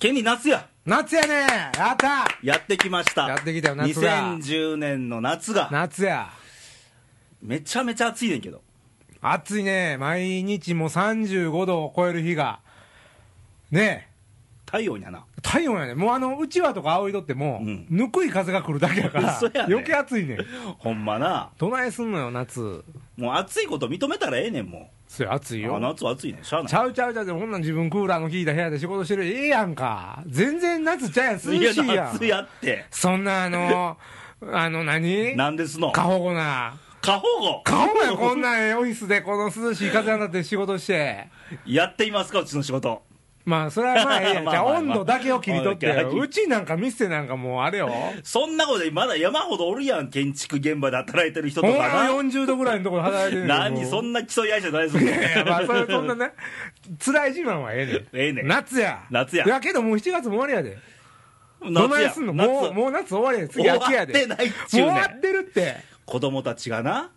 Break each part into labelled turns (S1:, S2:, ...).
S1: ケニー夏や
S2: 夏やねやった
S1: やってきました
S2: やってきたよ夏が
S1: 2010年の夏が
S2: 夏や
S1: めちゃめちゃ暑いねんけど
S2: 暑いね毎日もう35度を超える日がね
S1: 太陽に はな
S2: え体温やねもうあのうちわとか仰いどっても、
S1: うん
S2: ぬくい風が来るだけやから
S1: 嘘やね
S2: 余計暑いねん
S1: ほんまな
S2: どないすんのよ夏
S1: もう暑いこと認めたらええねんも
S2: それ暑いう
S1: あ
S2: よ
S1: 夏は暑いねんしゃあ
S2: ち
S1: ない
S2: ゃうちゃうちゃうこんなん自分クーラーの効いた部屋で仕事してるええやんか全然夏ちゃうやん涼しい
S1: い
S2: やん
S1: 夏やって
S2: そんなあのあの何
S1: なんですの
S2: 過
S1: 過
S2: 保護な
S1: 保護
S2: 過保護やこんなんええオフィスでこの涼しい風になって仕事して
S1: やっていますかうちの仕事
S2: まあそれはまあええや ん
S1: まあ
S2: じゃあ
S1: まあまあ
S2: 温度だけを切り取って
S1: まあまあ
S2: うちなんか店なんかもうあれよ
S1: そんなことでまだ山ほどおるやん建築現場で働いてる人と
S2: ほん
S1: か
S2: ま
S1: な
S2: 40度ぐらいのところで働いてるよ
S1: 何そんな競い合いじゃないぞ
S2: いやいやまあそれそんなね辛い自慢はええねん
S1: ええねん
S2: 夏や
S1: 夏や
S2: いやけどもう7月も終わりやでど
S1: 夏
S2: ない
S1: や
S2: すんの
S1: 夏
S2: もうもう夏終わりやで次
S1: 終
S2: 秋
S1: わ
S2: や
S1: っ
S2: で
S1: てないっちゅ
S2: も
S1: う
S2: う
S1: ねん
S2: 終わってるって
S1: 子供たちがな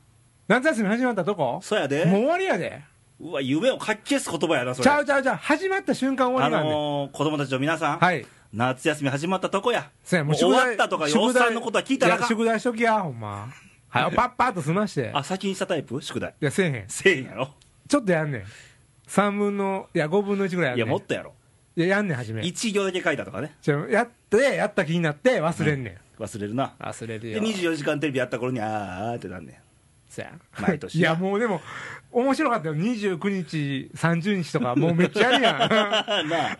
S2: 夏休み始まったとこ
S1: そうやで
S2: もう終わりやで
S1: うわ夢をかき消す言葉やなそ
S2: ち
S1: れ
S2: ゃうちゃうちゃう始まった瞬間終わ
S1: あ
S2: りなんで、
S1: のー子供たちの皆さん、
S2: はい
S1: 夏休み始まったとこや
S2: せや
S1: もう終わったとか
S2: 宿
S1: おっ
S2: 題
S1: さんのことは聞いたらあ
S2: や
S1: かん
S2: 宿題しときやほんまはいパッパッと済まして
S1: あ先にしたタイプ宿題
S2: いやせえへん
S1: せえへんやろ
S2: ちょっとやんねん3分のいや5分の1ぐらいやん
S1: い
S2: ね
S1: や
S2: ん
S1: もっとやろ
S2: いややんねん初め
S1: 1行だけ書いたとかね
S2: ちょやってやった気になって忘れんねん、
S1: 忘れるな
S2: 忘れる
S1: で24時間テレビやった頃にあーあーってなんねん
S2: そや
S1: 毎年
S2: いやもうでも面白かったよ29日30日 とかもうめっちゃあるやん
S1: あ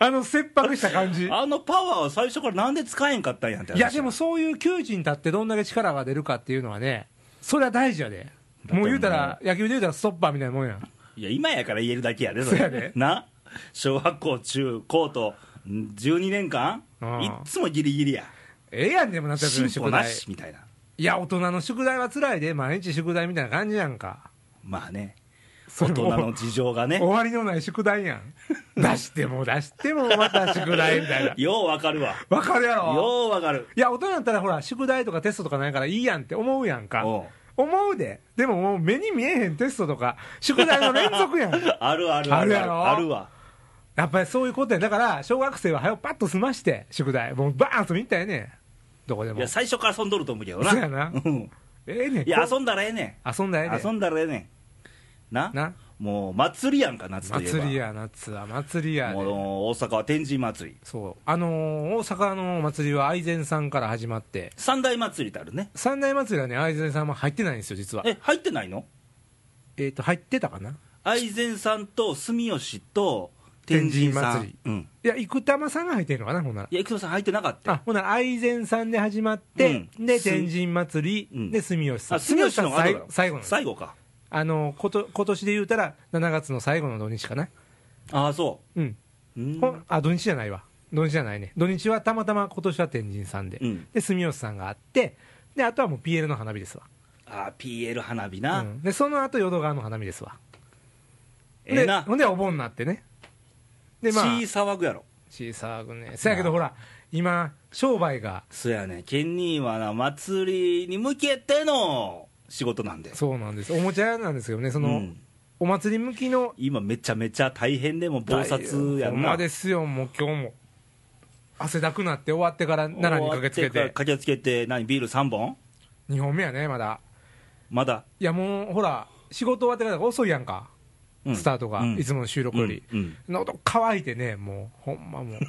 S1: な
S2: あの切迫した感じ
S1: ああのパワーを最初からなんで使えんかったんやんって話
S2: いやでもそういう窮地に立ってどんだけ力が出るかっていうのはねそれは大事やでもう言うたら野球で言うたらストッパーみたいなもんやん
S1: いや今やから言えるだけやでそれ
S2: そうやで
S1: な小学校中高とん12年間
S2: うん
S1: いっつもギリギリや
S2: ええやんでもなった
S1: 進
S2: ら
S1: 歩
S2: 宿
S1: な
S2: 題
S1: しみたいない
S2: や大人の宿題は辛いで毎日宿題みたいな感じやんか
S1: まあね
S2: そ
S1: 大
S2: れ
S1: 人
S2: も
S1: の事情がね
S2: 終わりのない宿題やん 出しても出してもまた宿題みたいな
S1: ようわかるわ
S2: わかるやろ
S1: ようわかる
S2: いや大人だったらほら宿題とかテストとかないからいいやんって思うやんか
S1: おう
S2: 思うででももう目に見えへんテストとか宿題の連続 やん
S1: あるあるあ
S2: ある
S1: る
S2: やろ
S1: あるわ
S2: やっぱりそういうことやだから小学生は早うパッと済まして宿題もうバーンと見たいねんどこで
S1: い
S2: も
S1: や最初から遊んどると思うけどな
S2: そうやな
S1: うん
S2: ええねん
S1: いや
S2: こ
S1: 遊んだらええね
S2: う遊んだらええ
S1: ん遊
S2: ね
S1: んだらええねんな
S2: な
S1: もう祭りやんか夏といえば
S2: 祭りや夏は祭りや
S1: もう
S2: で
S1: 大阪は天神祭り
S2: そうあのー大阪のお祭りは愛禅さんから始まって
S1: 三大祭りってあるね
S2: 三大祭りはね愛禅さんも入ってないんですよ実は
S1: え入ってないの
S2: えっ、と入ってたかな
S1: 愛禅さんと住吉と天神さん
S2: 天神祭り
S1: うん、
S2: いや生玉さんが入ってるのかなほんなら
S1: いや生田さん入ってなかった
S2: あほんなら愛禅さんで始まって、
S1: うん
S2: で天神祭り、
S1: うん
S2: で住吉さん
S1: あ住吉
S2: さん
S1: の後だ
S2: 最最後の
S1: 最後か
S2: あのこと今年で言うたら7月の最後の土日かな
S1: ああそ
S2: うん、
S1: ううん
S2: ほんあ土日じゃないわ土日じゃないね土日はたまたま今年は天神さんで、
S1: うん
S2: で住吉さんがあってであとはもう PL の花火ですわ、
S1: あー PL 花火な、
S2: うんでその後淀川の花火ですわ
S1: ええ
S2: で
S1: な
S2: ほんでお盆になってねでまあ
S1: 血騒ぐやろ
S2: 小さくねせやけどほら今商売が
S1: そやねケニーはな祭りに向けての仕事なんで
S2: そうなんですおもちゃ屋なんですけどねその、
S1: うん
S2: お祭り向きの
S1: 今めちゃめちゃ大変でもう忙殺や
S2: ほ
S1: ん
S2: ん
S1: な
S2: まですよもう今日も汗だくなって終わってから奈良に駆けつ
S1: 終
S2: け
S1: わってから駆けつけて何ビール3本
S2: 2本目やねまだ
S1: まだ、
S2: いやもうほら仕事終わってから遅いやんか、
S1: うん
S2: スタートが、
S1: うん
S2: いつもの収録より、
S1: うんうん
S2: 喉乾いてねもうほんまもう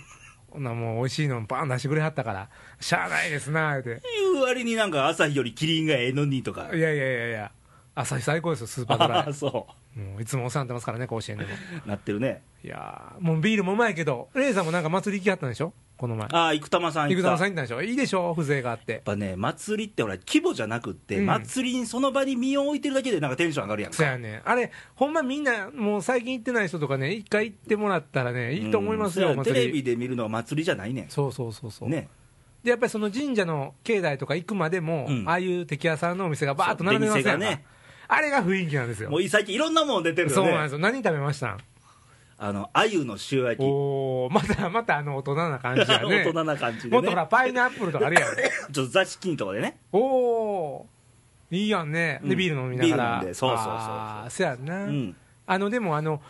S2: ほんなもう美味しいのバン出してくれはったからしゃあないですなーって
S1: いう割になんか朝日よりキリンがええのにとか
S2: いやいやいやいや朝日最高ですよスーパード
S1: あ
S2: ラ
S1: あ そ
S2: イもういつもお世話になってますからね甲子園でも
S1: うなってるね
S2: いやーもうビールもうまいけどレイさんもなんか祭り行きはったんでしょこの前
S1: ああ生玉さん
S2: 生
S1: 行っ
S2: 田
S1: た
S2: さん
S1: や
S2: 行ったんでしょいいでしょ風情があって
S1: っぱね祭りってほら規模じゃなくって、
S2: うん
S1: 祭りにその場に身を置いてるだけでなんかテンション上がるやん
S2: そ
S1: か
S2: やねあれほんまみんなもう最近行ってない人とかね一回行ってもらったらねいいと思いますよ、
S1: うん
S2: お
S1: テ
S2: 祭り
S1: レビで見るのは祭りじゃないね
S2: そうそうそうそ
S1: ん
S2: う、
S1: ね
S2: でやっぱりその神社の境内とか行くまでも、
S1: うん
S2: ああいう敵屋さんのお店がバーッと並んでます
S1: そ
S2: や
S1: うん出
S2: か、
S1: 店がね
S2: あれが雰囲気なんですよ
S1: もう最近いろんなもん出てるよね
S2: そうなんですよ何食べました
S1: あの鮎の塩焼き、
S2: おおまたまたあの大人な感じやね
S1: 大人な感じで、ね、
S2: もっとほらパイナップルとかあるやん
S1: ちょっと座敷とかでね、
S2: おおいいやんね
S1: う
S2: で
S1: ん
S2: ビール飲みながら、
S1: ビール飲んでそうそうそうそう
S2: あーせやんな、
S1: うん
S2: あのでもあの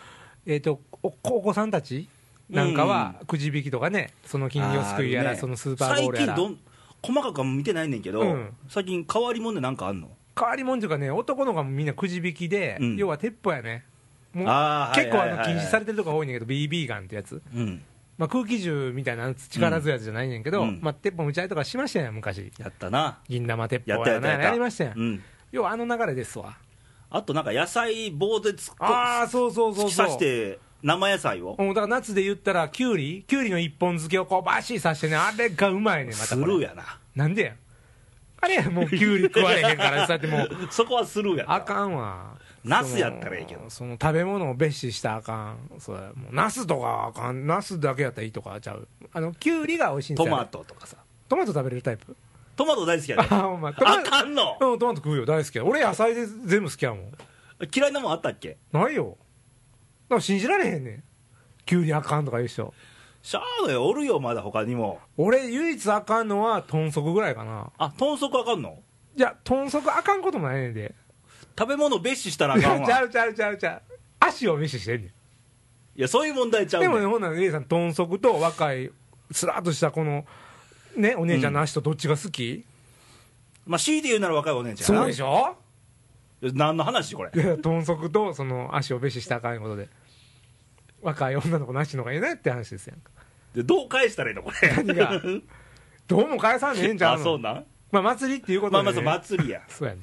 S2: えっ、とおお子さんたちなんかは、くじ引きとかね、その金魚すくいや
S1: あ
S2: ら、
S1: るね
S2: そのスーパーボールや
S1: 最近
S2: ら、
S1: どん細かくは見てないねんけど、
S2: うん
S1: 最近変わりもんでなんかあんの
S2: 変わりもんというかね、男の子がみんなくじ引きで、
S1: うん
S2: 要は鉄砲やね、もう
S1: あー
S2: 結構あ
S1: は
S2: の
S1: いはいはいはい
S2: 禁止されてるとこ多いねんだけど、BB ガンってやつ、
S1: うん
S2: まあ、空気銃みたいな力強いやつじゃないねんけど、
S1: うん
S2: まあ、鉄砲撃ち合いとかしましたやん、昔、
S1: やったな
S2: 銀玉鉄
S1: やっ
S2: 砲
S1: たや
S2: や
S1: った
S2: な
S1: や
S2: や
S1: った
S2: りましたやん、
S1: うん
S2: 要はあの流れですわ、
S1: あとなんか野菜棒で突っ
S2: あ
S1: 込
S2: あ、そうそう
S1: 突
S2: そう
S1: き
S2: そう
S1: 刺し。て生野菜を
S2: うん、だから夏で言ったら、きゅうり、きゅうりの一本漬けをこうバシーさしてね、あれがうまいねん、また
S1: ス
S2: これ
S1: ルーやな
S2: なんでやん。あれやんもうきゅうり食われへんから、そうやってもう、
S1: そこはスルーやな
S2: あかんわ。
S1: ナスやったらいいけど
S2: そのその食べ物を蔑視したらあかん。そうや。もう、ナスとかあかん。ナスだけやったらいいとかちゃう。あの、きゅうりが美味しいんです
S1: ト
S2: よ。
S1: マ。トとかさ
S2: トマト食べれるタイプ
S1: トマト大好きや
S2: あ
S1: ね
S2: ー、お前、ト
S1: あ
S2: マ
S1: かんの
S2: ト。うん、トマト食うよ。大好きや。俺野菜で全部好きやもん。
S1: 嫌いなもんあったっけ
S2: ないよ。だから信じられへんねん。きゅうりあかんとか言う人。
S1: しゃあないおるよまだ他にも
S2: 俺唯一あかんのは豚足ぐらいかな
S1: あ豚足あかんの
S2: いや豚足あかんこともないねんで
S1: 食べ物蔑視したらあ
S2: い
S1: か
S2: や
S1: ん
S2: ちゃ
S1: わ
S2: うちゃうちゃうちゃう足を無視してんねん
S1: いやそういう問題ちゃうね
S2: で
S1: ん
S2: もねほんなら姉さん豚足と若いスラっとしたこのねお姉ちゃんの足とどっちが好き、
S1: まあ C で言うなら若いお姉ちゃん
S2: そうでしょ
S1: ょ何の話これ
S2: いや豚足とその足を無視したらあかんことで若い女の子の足の方がいいなって話ですやんか
S1: でどう返したらいいのこれ
S2: 何が どうも返さんでええんちゃ
S1: あ
S2: うの
S1: そうなん
S2: まあ祭りっていうこと
S1: まあ
S2: で、
S1: ま
S2: ね
S1: あそう祭りや
S2: そうやね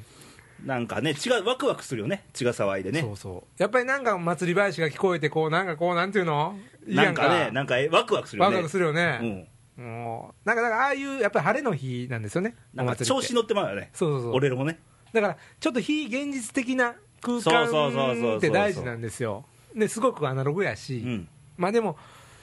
S1: なんかね違うワクワクするよね血が騒いでね
S2: そうそうやっぱりなんか祭り囃子が聞こえてこうなんかこうなんていうのいい
S1: な
S2: や
S1: んかねなんかえワクワクするよ
S2: ワ
S1: ね
S2: クワクするよ
S1: う
S2: ね、
S1: ん
S2: もうなんかだからああいうやっぱり晴れの日なんですよね
S1: なん
S2: お
S1: か
S2: 祭りっ
S1: 調
S2: て
S1: 子乗ってまうよね
S2: そうそうそう
S1: 俺らもね
S2: だからちょっと非現実的な空
S1: そうそうそうそうそ
S2: 間
S1: う
S2: って大事なんですよですごくアナログやし、
S1: うん
S2: まあでも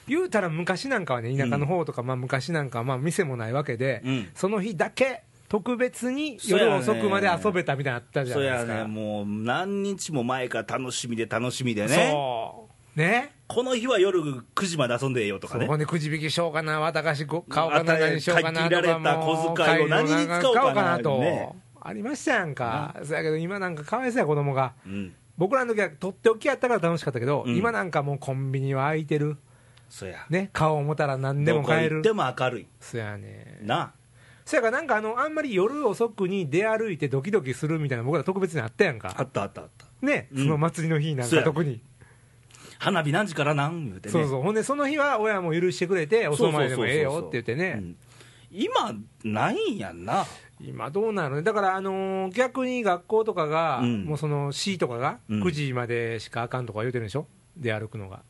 S2: 言うたら昔なんかはね田舎の方とか、まあ昔なんかはまあ店もないわけで、
S1: うん
S2: その日だけ特別に
S1: そうや
S2: 夜
S1: ね
S2: 遅くまで遊べたみたいなのあったじゃ
S1: そ
S2: な
S1: う
S2: いで
S1: や
S2: す
S1: ね
S2: か
S1: もう何日も前から楽しみで楽しみでね
S2: そうね
S1: この日は夜9時まで遊んでええよとか
S2: そ
S1: ね
S2: こでくじ引きしようかな、私ご、買おうかな、
S1: あた
S2: 何しようかなとか、
S1: 限られた
S2: も
S1: 小
S2: う
S1: 遣いを何に使おうかな
S2: 買と、
S1: ね
S2: ありましたやんか、そやけど今なんかかわいそうや、子供が、
S1: うん
S2: 僕らの時はとっておきやったから楽しかったけど、
S1: うん
S2: 今なんかもうコンビニは空いてる、
S1: そうや
S2: ね、買おう思ったら何でも買える
S1: ど、こ行っても明るい
S2: そやね、
S1: な
S2: そやからなんかあの、あんまり夜遅くに出歩いてドキドキするみたいな、僕ら特別にあったやん
S1: あ
S2: か、
S1: ったあったあった
S2: ね、
S1: うん
S2: その祭りの日なん
S1: そや
S2: か、
S1: ね
S2: 特に。
S1: 花火何時からなん言うてね
S2: そうそうほんでその日は親も許してくれてお
S1: そう
S2: 葬
S1: そうそうそう
S2: 前でもええよって言ってね
S1: うん今ないんやんな
S2: 今どうなるねだから、あのー逆に学校とかが、
S1: うん
S2: もうその C とかが
S1: うん
S2: 9時までしかあかんとか言うてるんでしょ、出歩くのが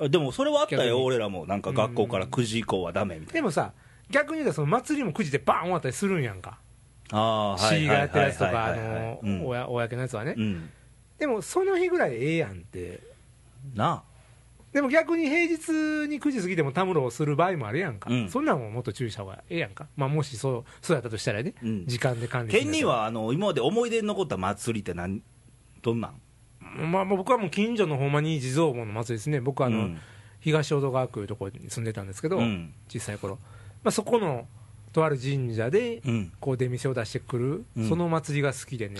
S1: あでもそれはあった
S2: 逆に
S1: よ俺らもなんか学校から9時以降はダメみたい
S2: でもさ逆に言うとその祭りも9時でバーン終わったりするんやんか、
S1: なあ
S2: C がやってるやつとか、あのー
S1: うん
S2: 公公のやつはね、
S1: うん
S2: でもその日ぐらいええやんって
S1: な
S2: でも逆に平日に9時過ぎてもたむろをする場合もあるやんか、
S1: うん
S2: そんなんももっと注意した方がええやんか、まあ、もしそうそうやったとしたらね、
S1: うん
S2: 時間で管
S1: あ
S2: 理するん
S1: 県
S2: やったら
S1: にはあの今まで思い出に残った祭りって何どんなん
S2: まあ、もう僕はもう近所のほんまに地蔵盆の祭りですね、僕はあの、
S1: うん
S2: 東淀川区というところに住んでたんですけど、
S1: うん
S2: 小さい頃、まあそこのとある神社で、
S1: うん
S2: こう出店を出してくる、
S1: うん
S2: その祭りが好きでね、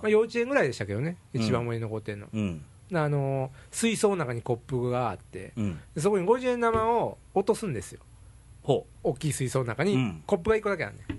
S1: あ
S2: あ、
S1: あ
S2: 幼稚園ぐらいでしたけどね、
S1: うん
S2: 一番思い出に残ってるの、
S1: うん
S2: あの水槽の中にコップがあって、
S1: うん
S2: でそこに50円玉を落とすんですよ、
S1: ほ
S2: 大きい水槽の中
S1: う
S2: に
S1: ん、
S2: コップが1個だけあるね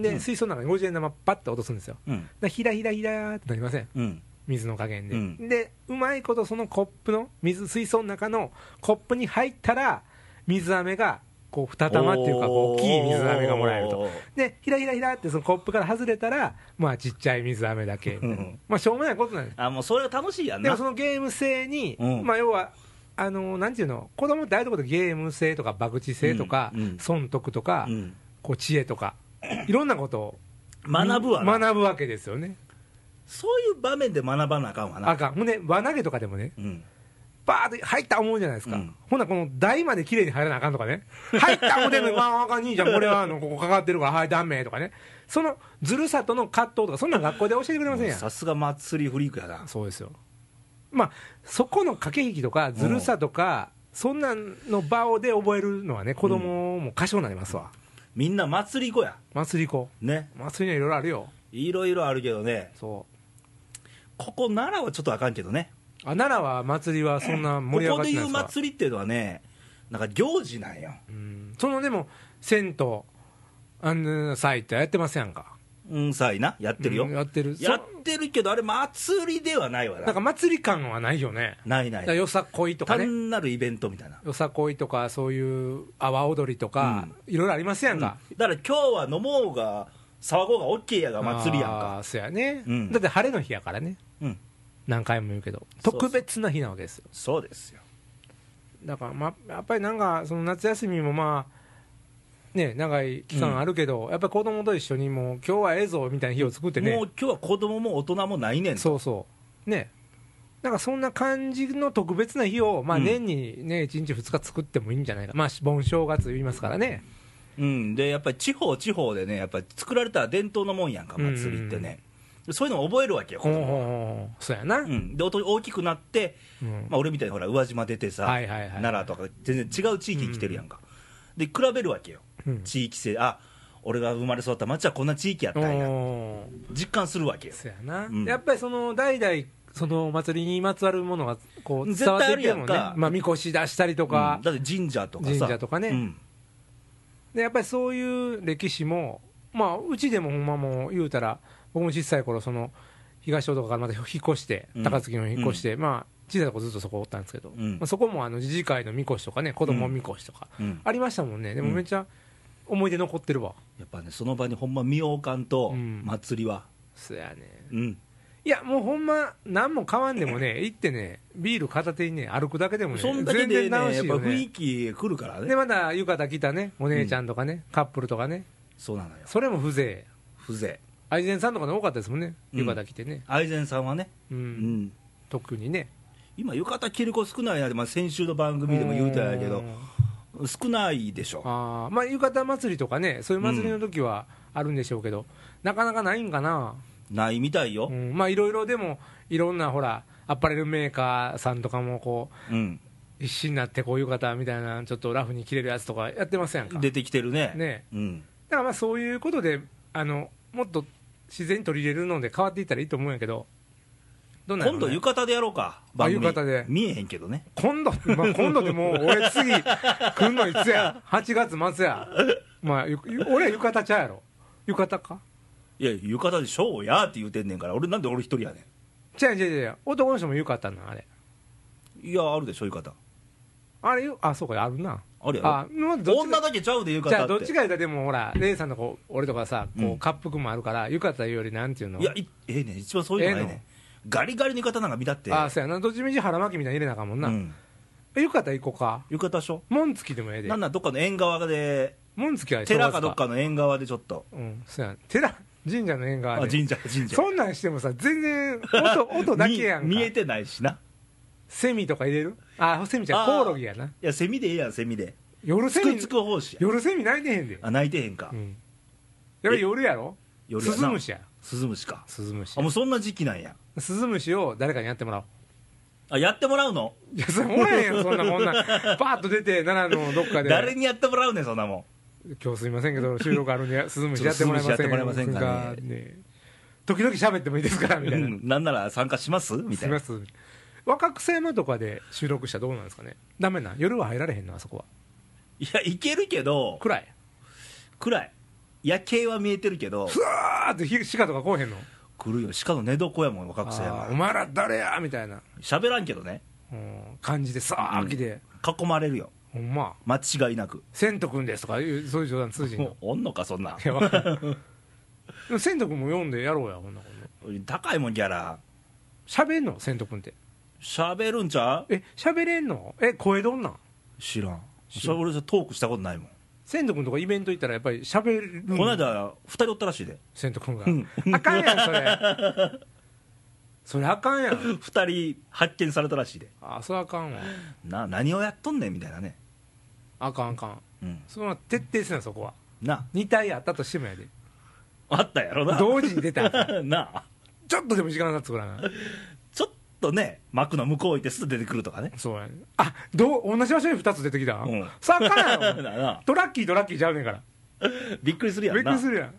S2: んで、
S1: うん
S2: 水槽の中に50円玉、パッと落とすんですよ、
S1: ううん
S2: でひらひらひらーってなりません
S1: うん
S2: 水の加減で、
S1: うん
S2: でうまいことそのコップの水水槽の中のコップに入ったら水飴がこう二玉っていうかこう大きい水飴がもらえると
S1: おー
S2: でひらひらひらってそのコップから外れたらまあちっちゃい水飴だけ
S1: うん
S2: まあしょうもないことなんです
S1: あもうそれは楽しいやん
S2: でも
S1: な
S2: そのゲーム性に、
S1: うん
S2: まあ要はあのーなんていうの子供ってああいうところでゲーム性とか博打性とか、
S1: うんうん
S2: 損得とか、
S1: うん
S2: こう知恵とかいろんなことを
S1: 学ぶわな
S2: 学ぶわけですよね
S1: そういう場面で学ばなあかんわな
S2: あかんほんで輪投げとかでもね
S1: うん
S2: バーって入った思うじゃないですか、
S1: うん
S2: ほなこの台まで綺麗に入らなあかんとかね、入った思うてんのに、わああかん兄ちゃん、これはあのここかかってるから、はい、ダメとかね、そのずるさとの葛藤とか、そんなん学校で教えてくれませんやん、
S1: さすが祭りフリークやな
S2: そうですよ、まあ、そこの駆け引きとか、ずるさとか、そんなんの場をで覚えるのはね、子供も過小になりますわ、
S1: みんな祭り子や
S2: 祭り子、
S1: ね
S2: 祭りにはいろいろあるよ、
S1: いろいろあるけどね
S2: そう、
S1: ここ奈良はちょっとあかんけどね
S2: あ奈良は祭りはそんな
S1: こ
S2: 盛り上
S1: こ
S2: がっ
S1: で
S2: てない
S1: いう
S2: ですか
S1: 祭りっていうのはねなんか行事なんよ。
S2: うんそのでも銭湯あのサイトやってますやんか
S1: うんさいな、やってるよ。
S2: うんやってる
S1: やってるけど、あれ、祭りではないわ
S2: そ
S1: な。
S2: なんか祭り感はないよね
S1: ない
S2: だ
S1: な
S2: から
S1: い。
S2: よさこいとかね
S1: 単なるイベントみたいな。
S2: よさこいとかそういう阿波踊りとか、いろいろありますやん
S1: だ
S2: か
S1: か、ら今日は飲もうが、騒ごうが OK やが祭りやん
S2: あ
S1: か。
S2: ーそうやね、
S1: うん
S2: だって晴れの日やからね
S1: うん、
S2: 何回も言うけど
S1: そうそう
S2: 特別な日なわけですよ
S1: そうですよ。
S2: だから、まあ、やっぱりなんかその夏休みもまあね長い期間あるけど、やっぱり子供と一緒にもう今日はええぞみたいな日を作ってね
S1: もう今日は子供も大人もないねんと
S2: そうそうねなんかそんな感じの特別な日を、まあ、
S1: うん
S2: 年に、ね1日2日作ってもいいんじゃないか、まあ、盆正月言いますからね、
S1: うん、でやっぱり地方地方でねやっぱり作られた伝統のもんやんか
S2: うんうん
S1: 祭りってね、そういうのを覚えるわけよ子
S2: ほうほう
S1: 供は
S2: ほうそうやな、
S1: うん、で大人大きくなって、
S2: うん
S1: まあ、俺みたいにほら宇和島出てさ、
S2: はいはいはい
S1: 奈良とか全然違う地域に来てるやんか、で比べるわけよ
S2: うん
S1: 地域性あ俺が生まれ育った町はこんな地域やったんや
S2: おー
S1: 実感するわけよ
S2: そうやな、
S1: うん
S2: やっぱりその代々そのお祭りにまつわるものがこう
S1: 絶
S2: 伝
S1: 対
S2: わってきても
S1: あ
S2: ね
S1: るやんか
S2: まあ、みこし出したりとか
S1: うん、だって神社とかさ
S2: 神社とかね
S1: うん
S2: でやっぱりそういう歴史も、まあ、うちでもほんまもう言うたら僕も小さい頃その東大阪からまた引っ越して
S1: うん
S2: 高槻の方に引っ越して、まあ、小さい頃ずっとそこおったんですけど、
S1: うん
S2: まあ、そこもあの自治会のみこしとかね子供みこしとか、
S1: うん
S2: ありましたもんねでもめっちゃ思い出残ってるわ、
S1: やっぱねその場にほんま身を置かんと
S2: うん
S1: 祭りは
S2: そやね
S1: うん、
S2: いやもうほんま何も買わんでも ね行ってねビール片手にね歩くだけでもね
S1: そんだけ
S2: 全
S1: でね
S2: 然楽
S1: や
S2: し
S1: っ
S2: い
S1: ぱ
S2: よ
S1: 雰囲
S2: ね
S1: 気来るからね
S2: でまだ浴衣着たねお姉ちゃんとかね、カップルとかね
S1: そうなのよ
S2: それも風情
S1: 風情
S2: 愛禅さんとかの多かったですもんね
S1: うん
S2: 浴衣着てね、
S1: 愛禅さんはね、
S2: うん
S1: うん、
S2: 特にね
S1: 今浴衣着る子少ないなって、まあ、先週の番組でも言うたんやけ
S2: う
S1: ど
S2: ん
S1: 少ないでしょ
S2: あーまあ浴衣祭りとかねそういう祭りの時はあるんでしょうけど、なかなかないんかな、
S1: ないみたいよ
S2: う、んまあいろいろでもいろんなほらアパレルメーカーさんとかもこう
S1: うん
S2: 必死になってこう浴衣みたいなちょっとラフに着れるやつとかやってませんか
S1: 出てきてるね
S2: ね
S1: うん、
S2: だからまあそういうことであのもっと自然に取り入れるので変わっていったらいいと思うんやけどどうなんやろ
S1: 今
S2: うね
S1: 度浴衣でやろうか番組
S2: 浴衣で
S1: 見えへんけどね
S2: 今度、 まあ、今度でもう俺次来んのいつや8月末やまあゆゆ俺は浴衣ちゃうやろ浴衣か
S1: いや浴衣でしょうやって言うてんねんから俺なんで俺一人やね
S2: ちゃうちゃうちゃうちゃう男の人も浴衣なあれ
S1: んいやあるでしょ浴衣
S2: あれゆあそうかあるな
S1: あるやろ
S2: あまあどっち
S1: 女だけちゃうで浴
S2: じゃあ
S1: 衣
S2: ど
S1: っ
S2: ってちか言うたらでもほらレイさんのこう俺とかさこ
S1: う
S2: うん滑覆もあるから浴衣よりなんていうの
S1: いやいええねん一番そういうのないねん
S2: ええの
S1: ガリガリの浴衣なんか見たって
S2: あそうやなどっちみち腹巻きみたいに入れなあかんもんな、
S1: うん、
S2: 浴衣行こうか
S1: 浴衣でしょ
S2: 紋付きでもええで
S1: なんなんどっかの縁側で
S2: 紋付きは
S1: 寺かどっかの縁側でちょっと
S2: うんそうや寺神社の縁側
S1: あ
S2: で
S1: 神社神社
S2: そんなんしてもさ全然音音だけやんか
S1: 見見えてないしな
S2: セミとか入れるあセミじゃん
S1: あー
S2: コオロギやない
S1: やセミでええやんセミで
S2: 夜
S1: つ
S2: セ
S1: く
S2: ミ
S1: つく奉仕や
S2: 夜セミ泣いてへんで、
S1: あ泣いてへんか、
S2: うん、やっぱり夜やろ
S1: 夜
S2: ス
S1: や
S2: ズ
S1: な
S2: ムシや
S1: スズムシか
S2: スズムシ
S1: あもうそんな時期なんや
S2: スズムシを誰かにやってもらおう
S1: あやってもらうの
S2: いやそれおらへん やんそんなこんなんバーッと出て奈良のどっかで
S1: 誰にやってもらうねんそんなも
S2: 今日すいませんけど収録あるんでスズムシやってもらえま
S1: ちょっとスズムシや
S2: せん
S1: ってもらえませんかね
S2: 時々喋ってもいいです から
S1: ん
S2: みたいな、
S1: うんなんなら参加しますみ
S2: す
S1: た
S2: い
S1: い
S2: ま
S1: な
S2: せん若草山とかで収録したらどうなんですかねダメなん夜は入られへんのあそこはい
S1: やいけるけど
S2: 暗い
S1: 暗い夜景は見えてるけど
S2: ふわーってひ鹿とか来おへんの
S1: 来るよしかも寝床やもん若くせや
S2: あーお
S1: が
S2: 前ら誰やみたいな、
S1: 喋らんけどね
S2: うん感じでさーきで、
S1: 囲まれるよ
S2: ほんま
S1: 間違いなく
S2: 「千斗君です」とかいうそういう冗談通じんの
S1: もうおんのかそんなん
S2: いやわかんないでも千斗君も読んでやろうやほんなこと
S1: 高いもんギャラ
S2: 喋んの千斗君って
S1: 喋るんちゃう
S2: え喋れんのえ声どんなん
S1: 知らん
S2: 知らん
S1: 俺じゃトークしたことないもん
S2: 千斗君とかイベント行ったらやっぱり喋る
S1: この間2人おったらしいで
S2: 千斗君が、
S1: うん
S2: あかんやんそれそれあかん やん
S1: 2人発見されたらしいで
S2: あそれあかんわ
S1: な何をやっとんねんみたいなね、
S2: あかんあかん
S1: うん、
S2: その徹底すなそこは
S1: な
S2: 2体あったとしてもやで
S1: あったやろな
S2: 同時に出たらあか ん
S1: なあ
S2: ちょっとでも時間が経つからな
S1: ちょっとね幕の向こう行ってすぐ出てくるとかね
S2: そうやねあどう同じ場所に2つ出てきた、
S1: うん
S2: さあかんや ろ
S1: なな
S2: トラッキーとラッキーちゃうねんから
S1: びっくりするや
S2: びっ
S1: ん
S2: くり
S1: な
S2: するやん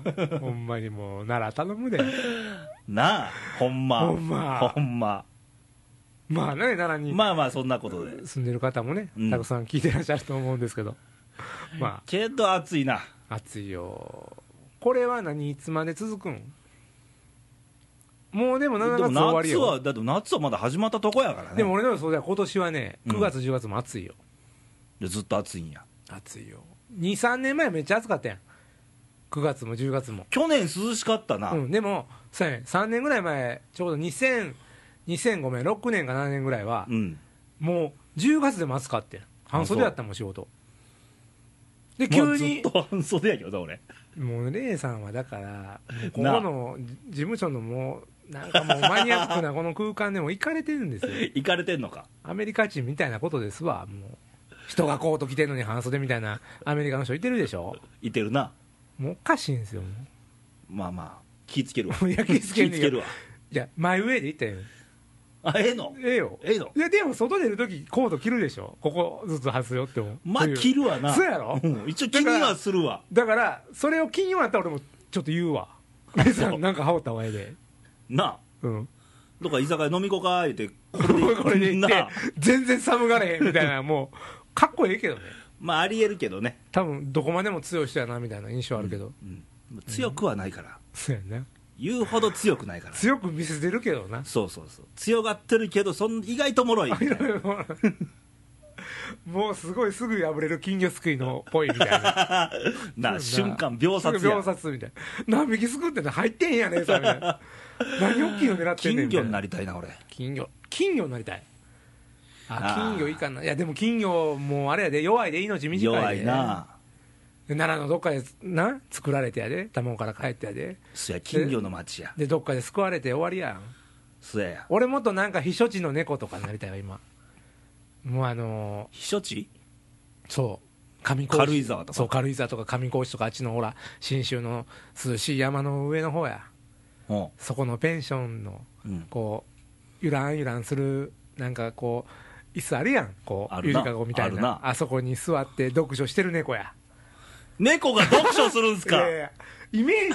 S2: ほんまにもう奈良頼むで
S1: なあほんま
S2: ほんま
S1: ほんま
S2: まあね、奈良に
S1: まあまあそんなことで、
S2: 住んでる方もね
S1: うん、
S2: たくさん聞いてらっしゃると思うんですけど、ま
S1: けど暑いな
S2: あ、暑いよ。これは何、いつまで続くんもうでも
S1: で
S2: 7
S1: も
S2: 月終わり
S1: 夏
S2: よ。
S1: はだって夏はまだ始まったとこやからね
S2: でも俺の予想では今年はね、
S1: うん
S2: 9月、10月も暑いよ。
S1: でずっと暑いんや
S2: 暑いよ。2、3年前めっちゃ暑かったやん。9月も10月も。
S1: 去年涼しかったな、
S2: うん、でも、そうやね、3年ぐらい前、ちょうど2000、2000ごめん、6年か7年ぐらいは、
S1: うん
S2: もう10月でも暑かってん半袖だったもん仕事で
S1: まあ
S2: 急に
S1: ずっと半袖やけどな俺
S2: もうレイさんはだからここの事務所のもうなんかもうマニアッ クなこの空間でも行かれてるんですよ
S1: 行かれてんのか
S2: アメリカ人みたいなことですわもう人がコート着てるのに半袖みたいなアメリカの人いてるでしょ
S1: いてるな
S2: もうおかしいんですよもう
S1: まあまあ気ぃつけるわ
S2: もうや気ぃつけんねん
S1: 気ぃるわ
S2: いや前上で行ったよ
S1: あええの
S2: ええよ
S1: ええの
S2: いやでも外出るときコート着るでしょここずつ外すよって思う
S1: まあ
S2: 冬
S1: 着るわな
S2: そうやろ
S1: ん一応気にはするわ
S2: だからそれを気になったら俺もちょっと言う わ皆さんなんか羽織った方がええで
S1: な
S2: うん
S1: あとか居酒屋飲みこか言うてこ
S2: これで行
S1: な
S2: って
S1: あ
S2: 全然寒がれへんみたいなもうかっこええけど ね
S1: まあありえるけどね、
S2: 多分どこまでも強い人やなみたいな印象あるけど、
S1: うん、強くはないから、
S2: そうやね
S1: 言うほど強くないから
S2: 強く見せてるけ どな
S1: そうそうそう強がってるけどそん意外と脆いみたいな
S2: もうすごいすぐ破れる金魚すくいのっぽいみたいな
S1: なあ瞬間秒殺
S2: すぐ
S1: や
S2: 秒殺みたいな何匹すくってんの入ってへんやねんそれみた いな何大きいの狙ってんね
S1: 金
S2: んみたい
S1: 魚になりたいな俺
S2: 金魚金魚になりたいあ
S1: あー
S2: 金魚いいかないやでも金魚もうあれやで弱いで命短いで
S1: 弱いな
S2: で奈良のどっかでな作られてやで卵から帰ってやで
S1: そや金魚の町や
S2: でどっかで救われて終わりやん
S1: そやや
S2: 俺もっとなんか避暑地の猫とかになりたいわ今もうあの
S1: 避暑地
S2: ーそう上高
S1: 軽井沢とか
S2: そう軽井沢とか上高地とかあっちのほら信州の涼しい山の上の方や
S1: うん
S2: そこのペンションの
S1: うん
S2: こうゆらんゆらんするなんかこう椅子あるやんこ
S1: あ
S2: う
S1: る
S2: ゆ
S1: な
S2: りかごみたい
S1: あ
S2: な
S1: る
S2: あ
S1: な
S2: そこに座って読書してる猫や
S1: 猫が読書するんす
S2: い
S1: か
S2: やいやイメー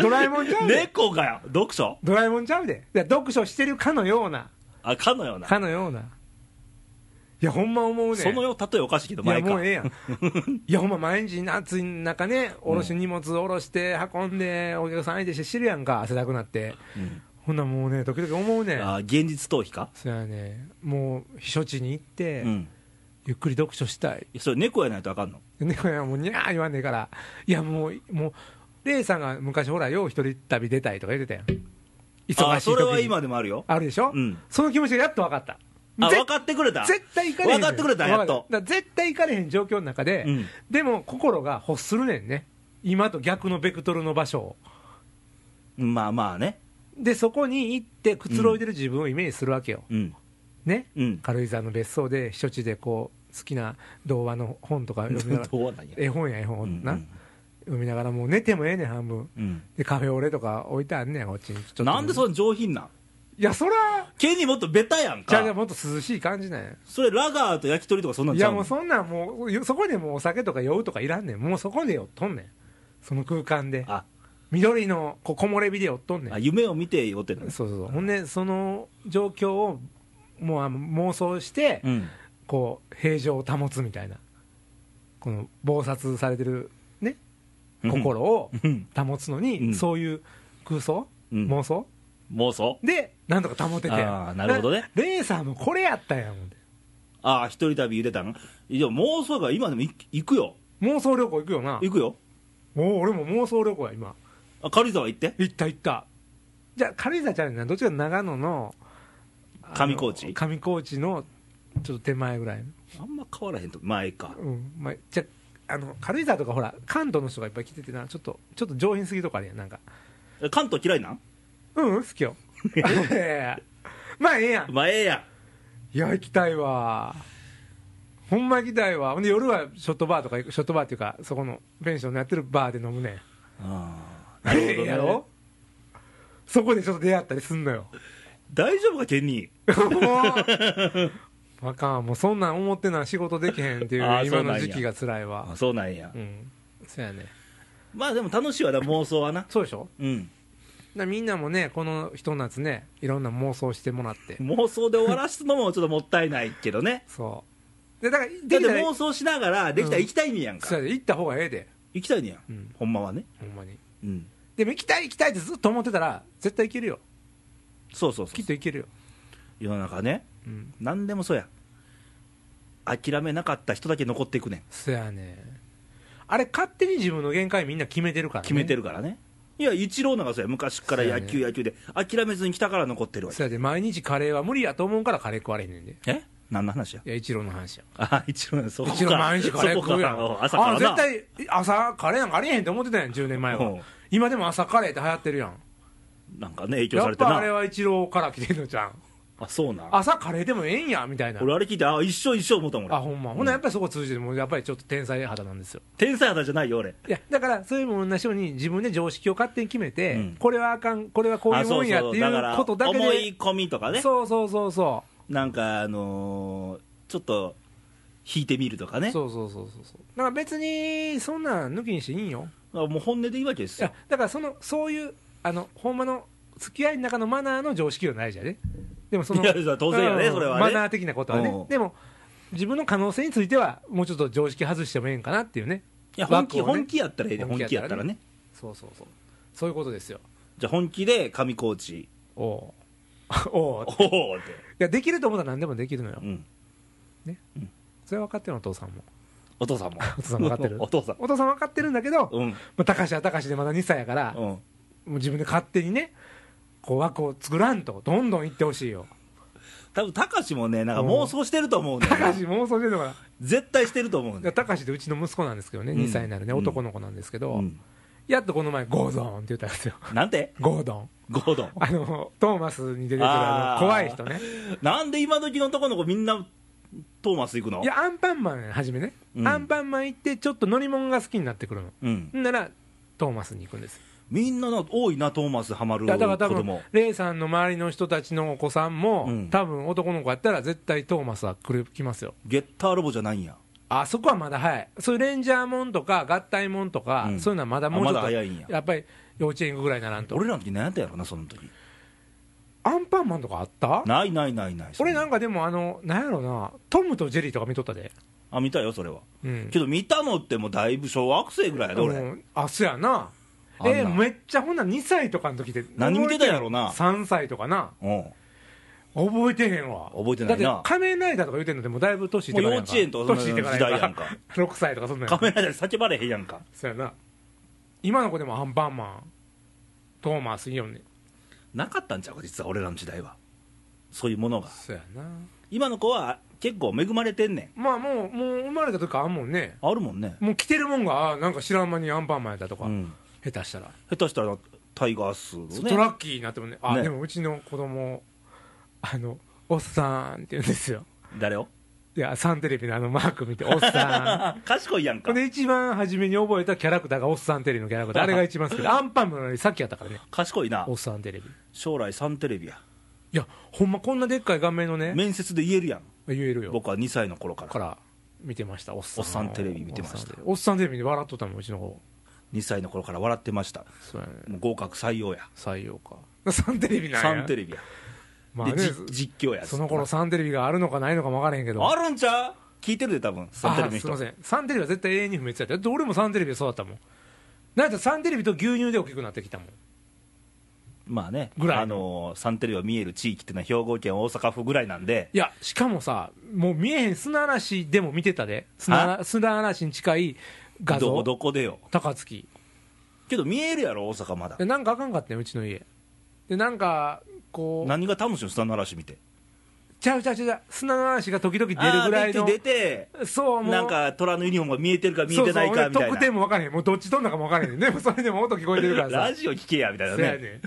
S2: ドラえもんちゃうで、
S1: 猫が読書
S2: ドラえもんちゃうでいや読書してるかのような
S1: あかのような
S2: かのようないやほんま思うね
S1: その
S2: よ
S1: よう例えおかしいけど
S2: いや
S1: 前か
S2: もうええやん いやほんま毎日暑い中ねおろし
S1: うん
S2: 荷物おろして運んでお客さん相手して知るやんか汗だくなって
S1: うん
S2: ほんならもうね時々思うねん
S1: あ現実逃避か
S2: そやねもう避暑地に行って、
S1: うん
S2: ゆっくり読書したい
S1: それ猫やないとあかんの
S2: 猫やもうにゃー言わんねえからいやもうもうレイさんが昔ほらよう一人旅出たいとか言ってたやん忙
S1: あ
S2: しい時
S1: そ
S2: に
S1: れは今でもあるよ
S2: あるでしょ、
S1: うん
S2: その気持ちがやっと分かった
S1: あ
S2: ぜ
S1: 分かってくれた
S2: 絶対行かれへん
S1: 分かってくれたやっと
S2: 分かっただから絶対行かれへん状況の中で、
S1: うん
S2: でも心が欲するねんね今と逆のベクトルの場所を
S1: まあまあね
S2: でそこに行ってくつろいでる自分をイメージするわけよ、
S1: うん
S2: ね
S1: うん
S2: 軽井沢の別荘で避暑地でこう好きな童話の本とか読みなが ら
S1: どうはなんや
S2: 絵本や絵本、
S1: うん
S2: な、
S1: うん
S2: 読みながらもう寝てもええねん半分
S1: うん
S2: でカフェオレとか置いてあんねんこっちにちょっと
S1: なんでそんな上品なん
S2: いやそら
S1: ケニーもっとベタやん
S2: じゃあじゃ
S1: か
S2: あもっと涼しい感じなんや
S1: それラガーと焼き鳥とかそんなん
S2: い
S1: ちゃ
S2: や
S1: う
S2: もう
S1: の
S2: そんなんもうよそこでもうお酒とか酔うとかいらんねんもうそこで酔っとんねんその空間で
S1: あ
S2: 緑のこう木漏れ日で酔っとんねん
S1: あ夢を見てよってんの
S2: そうそうそうほんでその状況をもうあの妄想して、
S1: うん
S2: こう平常を保つみたいなこの暴殺されてるね心を
S1: うん
S2: 保つの
S1: う
S2: に、
S1: ん
S2: そういう空想、
S1: うん
S2: 妄想
S1: 妄想
S2: でなんとか保てて
S1: あーなるほどね
S2: なレイさんもこれやったやん思って
S1: ああ一人旅茹でたんいや妄想が今でも行く行くよ
S2: 妄想旅行行くよな
S1: 行くよ
S2: おお俺も妄想旅行や今
S1: あ軽井沢行って
S2: 行った行ったじゃあ軽井沢ちゃうねんなどっちかというと長野のあの
S1: 上高地
S2: 上高地のちょっと手前ぐらい
S1: あんま変わらへんと前か
S2: うんまあ、じゃあの軽井沢とかほら関東の人がいっぱい来ててなちょっとちょっと上品すぎるとかあるやんなんか
S1: え関東嫌いなん
S2: うんうん好きよ いやいやまあええやん
S1: まあええや
S2: いや行きたいわほんま行きたいわほんで夜はショットバーとか行くショットバーっていうかそこのペンションのやってるバーで飲むね
S1: ああな
S2: ん
S1: るほど
S2: ええ
S1: ね
S2: やろそこでちょっと出会ったりすん のよ
S1: 大丈夫かケニ
S2: もうあかんもうそんなん思ってな仕事できへんっていう
S1: あー
S2: 今
S1: そうなん
S2: の
S1: や
S2: 時期が辛い
S1: ー
S2: わ
S1: あそうなんや
S2: うんそやね
S1: まあでも楽しいわな妄想はな
S2: そうでしょ
S1: うん
S2: なみんなもね、この一夏ね、いろんな妄想してもらって、
S1: 妄想で終わらすのもちょっともったいないけどね
S2: そう。で、だから、で
S1: だっ
S2: き
S1: て
S2: たら、
S1: 妄想しながらできたら行きたいねやんか、
S2: そうやで行った方がええで、
S1: 行きたいねやん、
S2: うん
S1: ほんまはね、
S2: ほんまに。
S1: うん、
S2: でも行きたい行きたいってずっと思ってたら、絶対行けるよ。
S1: そうそうそ
S2: き
S1: う
S2: っと行けるよ。
S1: 世の中ね
S2: うん。
S1: 何でもそうや諦めなかった人だけ残っていくねん
S2: そやね。あれ、勝手に自分の限界みんな決めてるから、ね。
S1: 決めて
S2: る。
S1: るからねいやイチローなんかそうや昔から野球、野球で諦めずに来たから残ってるわけ
S2: そやで、毎日カレーは無理やと思うからカレー食われへんねんで。い
S1: え何の話や
S2: や、一郎の話や。
S1: あイチローやそこ
S2: 一郎
S1: か
S2: 毎日カレ
S1: そ
S2: ー
S1: こ
S2: 食うやん。
S1: から朝から
S2: あ
S1: な
S2: 絶対、朝カレーなんかありえへんって思ってたやん、10年前
S1: うん
S2: は。今でも朝カレーって流行ってるやん。
S1: なんかね影響
S2: や
S1: さ
S2: っ
S1: れて
S2: ぱあれ
S1: な
S2: は一郎から来てんのじゃん。
S1: あそうなん
S2: 朝カレーでもええんや、みたいな。
S1: 俺あれ聞いてあ一緒一緒思ったもん
S2: あ、
S1: 俺
S2: ほんま。ほんならやっぱりそこ通じて、もうやっぱりちょっと天才肌なんですよ。
S1: 天才肌じゃないよ俺
S2: いや、だから、それも同じように、自分で常識を勝手に決めて、
S1: うん
S2: これはあかん、これはこういうもんやっていうことだけ
S1: 思
S2: で
S1: い、込みとかね
S2: そうそうそうそ
S1: なんかあのーちょっと引いてみるとか
S2: う、
S1: ね
S2: そうそうそうそうそう、だから別に、そんなん抜きにしていいんよ、
S1: あもう本音でいいわけで
S2: い
S1: すよ
S2: やだからその、そういう、あのほんまの付き合いの中のマナーの常識はないじゃね、でもその、
S1: いやそれは当然やね
S2: うん
S1: それはね
S2: マナー的なことは
S1: う
S2: ね
S1: ん、
S2: でも、自分の可能性については、もうちょっと常識外してもええんかなっていうね、
S1: いや本気
S2: 枠をね
S1: 本気やったらええで本
S2: 本
S1: 気
S2: 気
S1: や
S2: や
S1: っ
S2: ったた
S1: ら
S2: ら
S1: ね
S2: ねそうそうそう、そういうことですよ、
S1: じゃあ本気で上高地
S2: おうおう
S1: お おって、
S2: いやできると思ったら何でもできるのよ
S1: う、ん、
S2: それは分かってるのお父さんも
S1: お父さん も
S2: お父さん分かってる
S1: お父さん
S2: お父さん分かってるんだけど、ま
S1: うん
S2: あ、高橋は高橋でまだ2歳やから、も
S1: うん
S2: う自分で勝手にねこう枠を作らんとどんどん行ってほしいよ
S1: 多分高志もねなんか妄想してると思うねんな
S2: 高橋妄想してるのかない
S1: 絶対してると思う
S2: や
S1: ね
S2: 高橋ってうちの息子なんですけどね、
S1: うん
S2: 2歳になるね
S1: うん
S2: 男の子なんですけど、
S1: うん
S2: やっとこの前ゴードンって言ったんですよ
S1: なんて
S2: ゴードン
S1: ゴードン
S2: あのトーマスに出てくるあ
S1: あー
S2: の怖い人ね
S1: なんで今時の男の子みんなトーマス行くの
S2: いやアンパンマンはじめね、
S1: うん
S2: アンパンマン行ってちょっと乗り物が好きになってくるの
S1: うん、
S2: んならトーマスに行くんです
S1: みんなな多いなトーマスハマる
S2: い
S1: 子
S2: やだから多分
S1: 供、
S2: レイさんの周りの人たちのお子さんも、
S1: うん
S2: 多分男の子やったら、絶対トーマスは来る来ますよ、
S1: ゲッターロボじゃないんや
S2: あそこはまだ早い、そういうレンジャーもんとか、合体もんとか、
S1: うん
S2: そういうのはまだもうちょっと、
S1: あまだ早いんや
S2: っぱり幼稚園行くぐらいならんと、
S1: 俺らの時何やったんやろなその時
S2: アンパンマンとかあった
S1: ないないないない
S2: 俺なん
S1: か
S2: かでも、あのなんやろな、トムとジェリーとか見とったで、
S1: あ見たよそれは
S2: うん、
S1: けど見たのってもうだいぶ小学生ぐらいやで俺、
S2: うんあそやな。
S1: あんな
S2: えめっちゃほんなら2歳とかの時で
S1: 何見てたんやろな
S2: 3歳とかな
S1: うん
S2: 覚えてへんわ
S1: 覚えてないな
S2: だって仮面ライダーとか言うてんのでもうだいぶ年いってからや
S1: もう幼
S2: んか
S1: 稚園とかその
S2: 年いってから
S1: 時代やんか
S2: 6歳とかそんなんやん
S1: 仮面ライダーで叫ばれへんやんか
S2: そうやな今の子でもアンパンマントーマスイオンね
S1: なかったんちゃうか実は俺らの時代はそういうものが
S2: そうやな
S1: 今の子は結構恵まれてんねん
S2: まあもうもう生まれた時からあんもんね
S1: あるもんね、
S2: もう着てるもんがあーなんか知らん間にアンパンマンやったとか、
S1: うん、
S2: 下手したら、
S1: 下手したらタイガースの
S2: ト
S1: ね
S2: ラッキーになってもねあ
S1: ね
S2: でもうちの子供あのおっさんって言うんですよ
S1: 誰を
S2: いやサンテレビのあのマーク見 ておっさん
S1: あ賢いやん
S2: ほ
S1: か
S2: んで一番初めに覚えたキャラクターがおっさんテレビのキャラクター あれが一番好きでアンパンマンよりさっきやったからね
S1: 賢いな
S2: おっさんテレビ
S1: 将来サンテレビや
S2: いやほんまこんなでっかい画面のね
S1: 面接で言えるやん
S2: 言えるよ
S1: 僕は2歳の頃から
S2: から見てましたおっさん
S1: おっさんテレビ見てました
S2: おっさんテレビで笑っとったもんうちの子
S1: 2歳の頃から笑ってました
S2: そうやね
S1: もう合格採用や
S2: 採用かサンテレビなんや
S1: サンテレビや、
S2: まあね
S1: でじ実況や
S2: その頃サンテレビがあるのかないのかも分からへんけど
S1: あるんちゃう聞いてるで多分サンテレビの
S2: あすい
S1: 人
S2: ませんサンテレビは絶対永遠に不滅やっただって俺もサンテレビで育ったもんなんやったらサンテレビと牛乳で大きくなってきたもん
S1: まあね
S2: ぐらいの
S1: あのーサンテレビが見える地域ってのは兵庫県大阪府ぐらいなんで
S2: いや、しかもさ、もう見えへん砂嵐でも見てたで、砂砂嵐に近い画
S1: どこ
S2: 像、
S1: どこでよ
S2: 高槻
S1: けど見えるやろ大阪まだ
S2: で、なんかあかんかったね、うちの家。で、なんか、こう、
S1: 何が楽しいの砂の嵐見て
S2: ちゃうちゃうちゃうちゃう、砂嵐が時々出るぐらい
S1: あ
S2: の
S1: ー、出て
S2: そう、
S1: 出
S2: もう、
S1: てなんか虎のユニフォームが見えてるか見えてないかみ
S2: そうそう
S1: た
S2: 俺
S1: い
S2: 得点
S1: な
S2: も分からへん、もうどっちどんなかも分からへん、でもそれでも音聞こえてるからさ
S1: ラ、ジオ聞けやみたいな
S2: そや
S1: ね
S2: ねん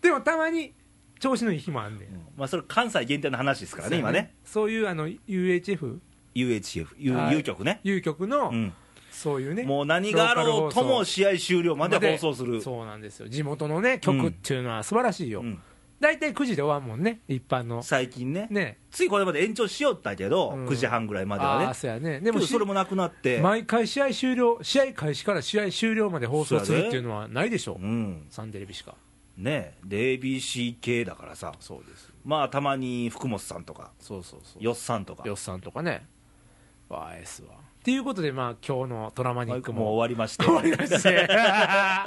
S2: でもたまに調子のいい日もあんねん。
S1: うんまあそれ関西限定の話ですからね今ね
S2: そういうあの UHF、
S1: UHF ゆ
S2: はい
S1: 有局ね
S2: U 局の、
S1: うん
S2: そういうね、
S1: もう何があろうとも試合終了まで放送する
S2: そうなんですよ地元のね曲っていうのは素晴らしいよ、
S1: うん
S2: 大体9時で終わんもんね、一般の。
S1: 最近ね
S2: ね。
S1: ついこれまで延長しよったけど、
S2: うん
S1: 9時半ぐらいまでは
S2: ああ、
S1: ね
S2: そうやね。
S1: で
S2: で
S1: も
S2: も、
S1: それもなくなって、
S2: 毎回試合終了、試合開始から試合終了まで放送するっていうのはないでしょ
S1: う、ん
S2: サンデレビしか。
S1: ねで ABC 系だからさ
S2: そうです。
S1: まあたまに福本さんとか
S2: そうそうそう。
S1: よっさんとか
S2: よっさんとかね。わあ、ええっすわ。っていうことで、まあ、今日のトラマニ
S1: も
S2: ッ
S1: う
S2: ク
S1: 終
S2: も。
S1: わりまして
S2: 終わり まして。
S1: まあ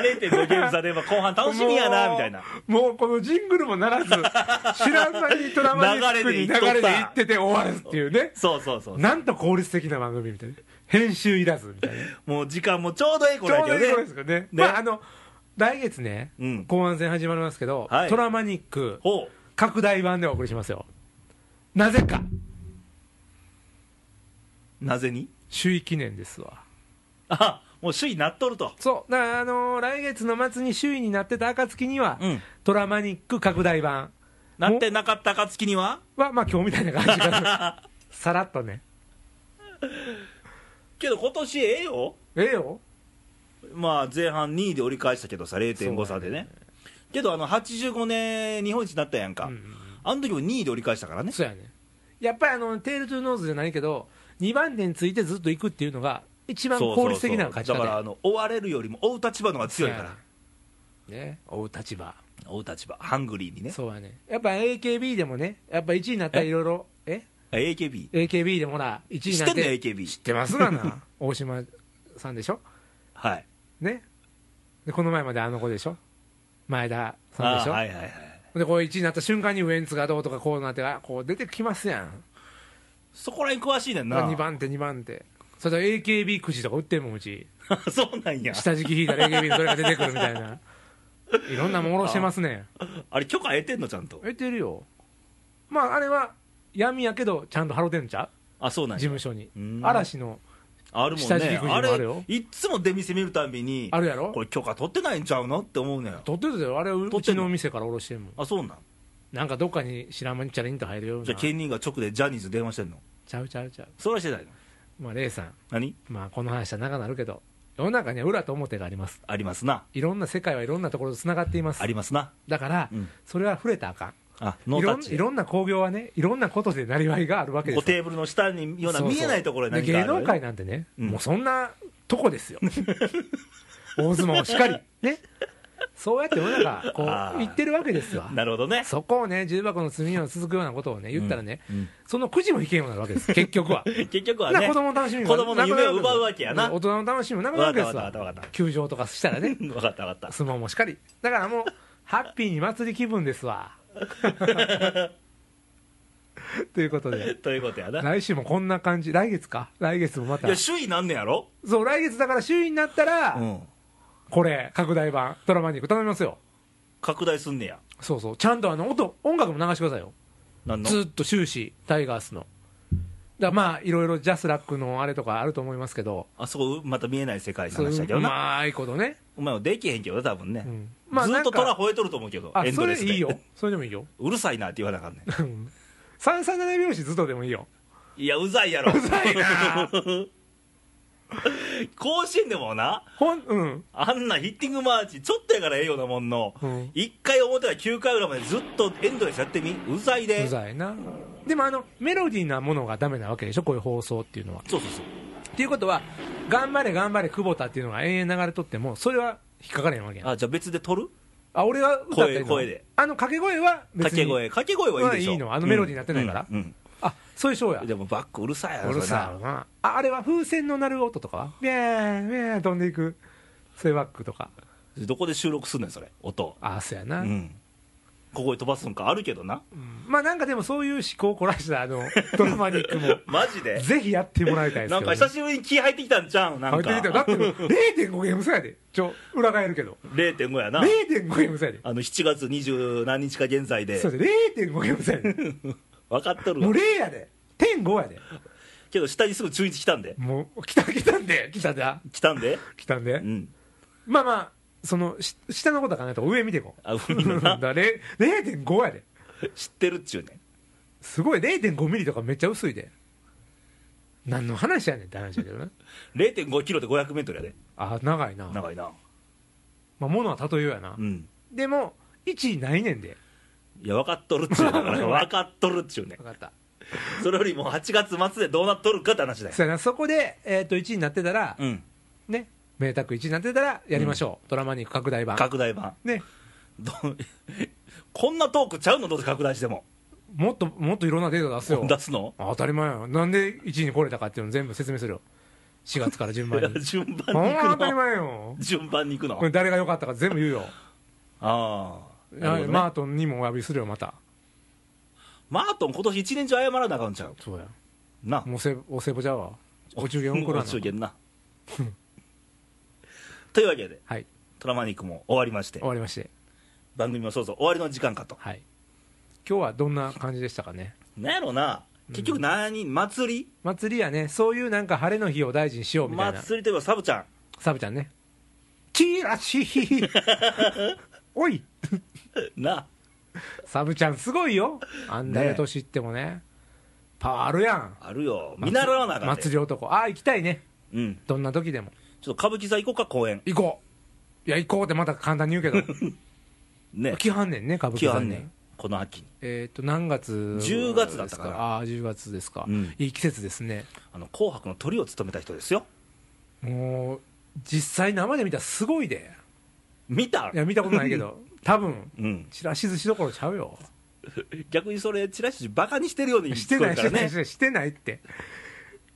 S1: 0.5ゲーム差でまあ後半楽しみやなみたいな
S2: もうもうこのジングルもならず知らん間にトラマニックに流れでいってて終わるっていうね
S1: そうそうそう
S2: なんと効率的な番組みた いな編集いらずみたいな
S1: もう時間もちょうどええ
S2: ち
S1: 頃
S2: ょ
S1: や
S2: う
S1: け
S2: ど
S1: ど
S2: い
S1: ね
S2: い頃ですからね
S1: ね
S2: まああの来月ね、
S1: うん
S2: 後半戦始まりますけど、
S1: はい
S2: トラマニック
S1: ほう
S2: 拡大版でお送りしますよなぜか
S1: なぜに
S2: 首位記念ですわ
S1: あもう首位なっとると
S2: そうだからあのー来月の末に首位になってた暁には、
S1: うん
S2: トラマニック拡大版
S1: なってなかった暁には
S2: はまあ今日みたいな感じが さらっとね
S1: けど今年ええよ
S2: ええよ
S1: まあ前半2位で折り返したけどさ0.5
S2: そ
S1: 差
S2: うだ
S1: で
S2: ね
S1: ねけどあの85年日本一になったやんか、
S2: うんうん
S1: あの時も2位で折り返したからね
S2: そうやねやっぱりあのテールトゥーノーズじゃないけど2番手についてずっと行くっていうのが一番
S1: そうそうそう
S2: 効率的な勝ち
S1: だからあ
S2: 方
S1: の追われるよりも追う立場の方が強いから、
S2: らね追う立場
S1: 追う立場ハングリーにね
S2: そうやねやっぱ AKB でもねやっぱ1位になったらいろいろえ
S1: あ AKB
S2: AKB でもほら1位になって
S1: 知ってんの AKB
S2: 知ってますがな 大島さんでしょ
S1: はい
S2: ねでこの前まであの子でしょ前田さんで
S1: あ
S2: しょ、
S1: はいはいはい
S2: でこう1位になった瞬間にウエンツがどうとかこうなってあこう出てきますやん
S1: そこらへん詳しいねんな
S2: 2番手2番手それと AKB くじとか売ってるもんうち
S1: そうなんや
S2: 下敷き引いたら AKB のどれが出てくるみた いないろんなもん下ろしてますね
S1: あれ許可得てんのちゃんと
S2: えてるよまああれは闇やけどちゃんとハロてんちゃ
S1: あそう
S2: う
S1: な
S2: 事
S1: んや
S2: 務所に
S1: うん
S2: 嵐の
S1: あるもん
S2: 下敷き
S1: ね
S2: くじも
S1: あ
S2: あ
S1: れ
S2: るよ
S1: いっつも出店見るたんびに
S2: あるやろ
S1: これ許可取ってないんちゃうのって思うのよ
S2: 撮ってるであれう
S1: 撮っ
S2: う
S1: て
S2: ち
S1: んの
S2: のお店から下ろしてるもん
S1: あそうなん
S2: なんかどっかに知らん間にチャリンと入るよう
S1: じ
S2: な
S1: ゃあ県人が直でジャニーズ電話してんの
S2: ちゃうちゃうちゃう
S1: それはしてないの
S2: まあレイさん
S1: 何
S2: まあこの話は長なるけど世の中には裏と表があります
S1: ありますない
S2: ろんな世界はいろんなところとつながっています
S1: ありますな
S2: だから、
S1: うん
S2: それは触れたらあかん
S1: あノ
S2: い
S1: ータ
S2: ろ
S1: ッ
S2: ん
S1: チ
S2: いろんな興行はね、いろんなことでなりわいがあるわけです
S1: こう
S2: よ
S1: テーブルの下にような
S2: そうそう
S1: 見えないところに何
S2: で
S1: かあ
S2: 芸
S1: るよ
S2: 能
S1: ね
S2: 界なんてね、
S1: うん
S2: もうそんなとこです よ、大相撲しかり、ね、そうやって世の中、こ
S1: あー
S2: う言ってるわけですわ、
S1: なるほどね
S2: そこをね、重箱の積み荷の続くようなことをね、言ったらね、
S1: うんうん
S2: そのくじも引けんようになるわけです、結局は。
S1: 結局は
S2: な
S1: ね
S2: 子供の楽しみも
S1: 子供の夢を奪うわけやな
S2: 大人の楽しみもなくなるわけです
S1: わかったわかったわか
S2: わ
S1: っ、た
S2: 球場とかしたらね、
S1: 分かった分かっ
S2: 相撲もしかり、だからもう、ハッピーに祭り気分で すわ。ということで
S1: た。ということやな、
S2: 来週もこんな感じ、来月か、来月もまた
S1: いや、首位なんねやろ、
S2: そう、来月だから、週になったら、
S1: うん、
S2: これ、拡大版、ドラマニック、頼みますよ、
S1: 拡大すんねや、
S2: そうそう、ちゃんとあの音、音楽も流してくださいよ、
S1: なんの
S2: ずっと終始、タイガースの。だからまあ、いろいろジャスラックのあれとかあると思いますけど、
S1: あそこ、また見えない世界の
S2: そうい
S1: 話だけ
S2: う
S1: ど
S2: う
S1: な、
S2: まいことね、
S1: お前はできへんけどな、多分ね、
S2: うんまあ
S1: ずっと
S2: なんか
S1: 虎吠えとると思うけど、
S2: あ
S1: エン
S2: そ
S1: ドレ
S2: れ
S1: スで、
S2: いいよ、それでもいいよ、
S1: うるさいなって言わなあかんね
S2: うん337拍子ずっとでもいいよ、
S1: ん、いや、うざいやろ、う
S2: ざいな
S1: 甲子園でもな、
S2: ほん、うん、
S1: あんなヒッティングマーチ、ちょっとやからええようなもんの、
S2: うん
S1: 一1回表から9回裏までずっとエンドレスやってみ、うざいで、
S2: うざいな、でもあの、メロディーなものがダメなわけでしょ、こういう放送っていうのは。
S1: そうそうそう、
S2: っていうことは、頑張れ頑張れ久保田っていうのが延々流れとっても、それは引っかからへんわけやん。あ、
S1: あじゃあ別で撮る
S2: 俺は歌ってんの
S1: 声声で。
S2: あの掛け声は別
S1: 掛
S2: に。
S1: け声、掛け声はいいでしょ、
S2: うんいいのあのメロディーになってないから
S1: うんうん
S2: あ、そういうショーや
S1: うん。でもバックうるさいや
S2: う
S1: ろ、
S2: るさいよな。あ、あれは風船の鳴る音とかはビャーン、ビャーン飛んでいく。そういうバックとか。
S1: それなどこで収録すんねん、それ、音。
S2: あ、そうやな。
S1: うん、ここへ飛ばすんかあるけどな
S2: まあなんかでもそういう思考を凝らしたあの、 ドラマニック も、
S1: マジで
S2: ぜひやってもらいたいです
S1: な
S2: け
S1: ん
S2: どね、
S1: か久しぶりに気入ってきたんちゃうなんか
S2: 入ってきたよだって0.5ゲーム差やで。ちょ、裏返るけど。
S1: 0.5やな
S2: 0.5ゲーム差やで。
S1: あの7月二十何日か現在で
S2: そうやで、0.5ゲーム差やで。
S1: 分かっとる
S2: もう
S1: わ
S2: 0やで。1.5やで。
S1: けど下にすぐ中1来たんで
S2: もう、来た、来たんで、来たんだ。
S1: 来たん で
S2: 来たんで
S1: う。ん
S2: まあまあ、その、し下のことは考えたら上見ていこう。
S1: あ海の
S2: だ
S1: な
S2: かられ0.5やで。
S1: 知ってるっちゅうねん
S2: すごい、0.5ミリとかめっちゃ薄いで。何の話やねんって話だけどね。
S1: 0.5キロで500メートルやで
S2: あ、長いな。
S1: 長いな
S2: まあ、ものは例えようやな
S1: う。ん
S2: でも、1位ないねんで。
S1: いや分かっとるっちゅうだから 分かっとるっちゅうね
S2: 分かった
S1: それよりも8月末でどうなっとるかって話だよ
S2: そうやなそこで、えー、と1位になってたら、
S1: うん
S2: ね明卓1位になってたらやりましょう、ドラマに行く拡大版
S1: 拡大版
S2: ね
S1: どう こんなトークちゃうのどうせ拡大しても
S2: もっともっといろんなデータ出すよ
S1: 出すの
S2: 当たり前よなんで1位に来れたかっていうの全部説明するよ4月から順番に
S1: 順
S2: ほ
S1: 番
S2: ん
S1: に
S2: ま
S1: 行く
S2: 当たり
S1: の
S2: 前よ
S1: 順番に行くの
S2: これ誰が良かったか全部言うよ
S1: ああなるほどね
S2: マートンにもお詫びするよまた
S1: マートン今年一年中謝らなあかんちゃう
S2: そうや
S1: な
S2: もうせお歳暮じゃうわお中元送ら
S1: お
S2: な
S1: 中元なというわけで
S2: はい
S1: トラマニックも終わりまして
S2: 終わりまして
S1: 番組もそうそう終わりの時間かと
S2: はい今日はどんな感じでしたかね
S1: なんやろな結局何、祭り
S2: 祭りやねそういうなんか晴れの日を大事にしようみたいな
S1: 祭りといえばサブちゃん
S2: サブちゃんねキーラ シーおい
S1: な
S2: サブちゃんすごいよあんだけ年いってもねパワーあるやん
S1: あるよ見習わなあかんで
S2: 祭り男ああ行きたいね
S1: うん
S2: どんな時でも
S1: ちょっと歌舞伎座行こうか公演
S2: 行こういや行こうってまた簡単に言う けど
S1: ね
S2: 来はんねんね歌舞伎
S1: 気
S2: さ
S1: あ
S2: ん
S1: ん
S2: ね
S1: ねんこの秋に
S2: えっ、と何月
S1: 10月だったかな
S2: ですああ10月ですか、
S1: うん
S2: いい季節ですね
S1: あの紅白のトリを務めた人ですよ
S2: もう実際生で見たらすごいで
S1: 見た
S2: いや見たことないけ ど多分
S1: うん
S2: ちらし寿司どころちゃうよ
S1: 逆にそれチラシバカにしてるように
S2: し
S1: 聞
S2: て
S1: こえ
S2: ない
S1: るか
S2: して
S1: ら
S2: な
S1: ね
S2: いしてないしてないって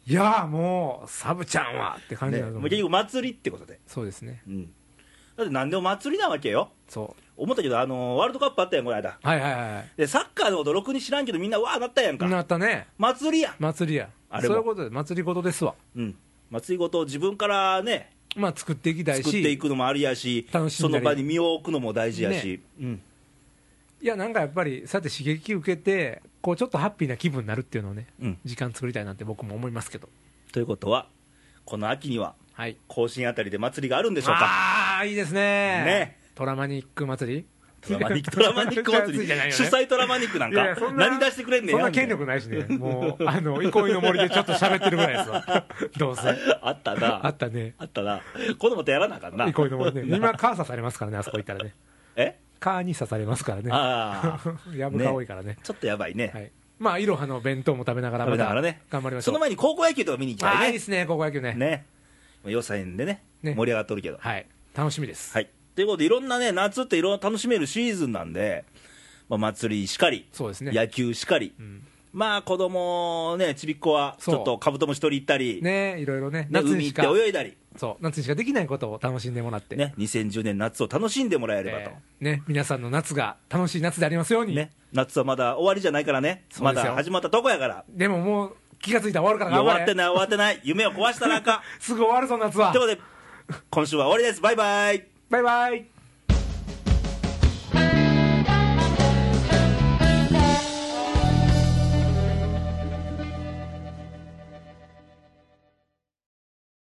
S2: いやーもうサブちゃんはって感じ
S1: ね
S2: だと
S1: もう
S2: 思う、
S1: 結局祭りってことで
S2: そうですね
S1: うんだって何でも祭りなわけよ
S2: そ
S1: 思ったけどあのワールドカップあったやんこの間
S2: うはいはいはい
S1: でサッカーのことろくに知らんけどみんなわーなったやんか
S2: なったね
S1: 祭りや
S2: 祭りや
S1: あれも
S2: そういうことで祭り事ですわ
S1: んうん祭りごとを自分からね
S2: まあ作っていきたいし
S1: 作っていくのもありやし
S2: 楽し
S1: そ
S2: ん
S1: の
S2: だり
S1: 場に身を置くのも大事やし、うん
S2: いやなんかやっぱりさて刺激受けてこうちょっとハッピーな気分になるっていうのをね、
S1: うん
S2: 時間作りたいなって僕も思いますけど
S1: ということはこの秋には
S2: はい
S1: 甲信あたりで祭りがあるんでしょう か
S2: ああいいですね
S1: ね
S2: トラマニック祭り
S1: トラマニックトラマニック 祭り
S2: じゃないよ
S1: 主
S2: ね
S1: 催トラマニックなん
S2: いやいや
S1: か
S2: そんな
S1: 何出してくれんね
S2: そ
S1: ん
S2: ん
S1: や
S2: な
S1: みたい
S2: 権力ないしねもうあの憩いの森でちょっと喋ってるぐらいです わどうせ
S1: あったな
S2: あったね
S1: あったなこのまたやらなあかんな
S2: 憩い の森ね今蚊刺されますからねあそこ行ったらね
S1: え
S2: 蚊に刺されますからね
S1: ああ
S2: やぶが多いからね
S1: ちょっとやばいね、
S2: はいまあいろはの弁当も食べながら
S1: 食べながらね
S2: また頑張りまし
S1: そ
S2: ょう
S1: の前に高校野球とか見に行き
S2: ああ
S1: た
S2: いい
S1: い
S2: で
S1: ね
S2: すね高校野球ね
S1: ね予選でね
S2: ね
S1: 盛り上がっとるけどはい、
S2: はい楽しみです、
S1: ということでいろんなね夏っていろんな楽しめるシーズンなんで、まあ、祭りしかり、
S2: そうですね
S1: 野球しかり、
S2: ん
S1: まあ子供ねちびっ子はち
S2: そう
S1: ょっとカブトムシ取り行ったり、ね
S2: ねいろいろね夏に
S1: 海
S2: し
S1: 行
S2: か
S1: って泳いだり、
S2: そう夏にしかできないことを楽しんでもらって、
S1: ね、2010年夏を楽しんでもらえればと、
S2: えーね皆さんの夏が楽しい夏でありますように、
S1: ね、夏はまだ終わりじゃないからね
S2: そう
S1: ま
S2: ですよ
S1: だ始まったとこやから
S2: でももう気がついたら終わるから
S1: いや
S2: 頑張
S1: 終わ
S2: れ
S1: ってない終わってない夢を壊したらあかん
S2: すぐ終わるぞ夏は
S1: ということで今週は終わりですバイバイ
S2: バイバイ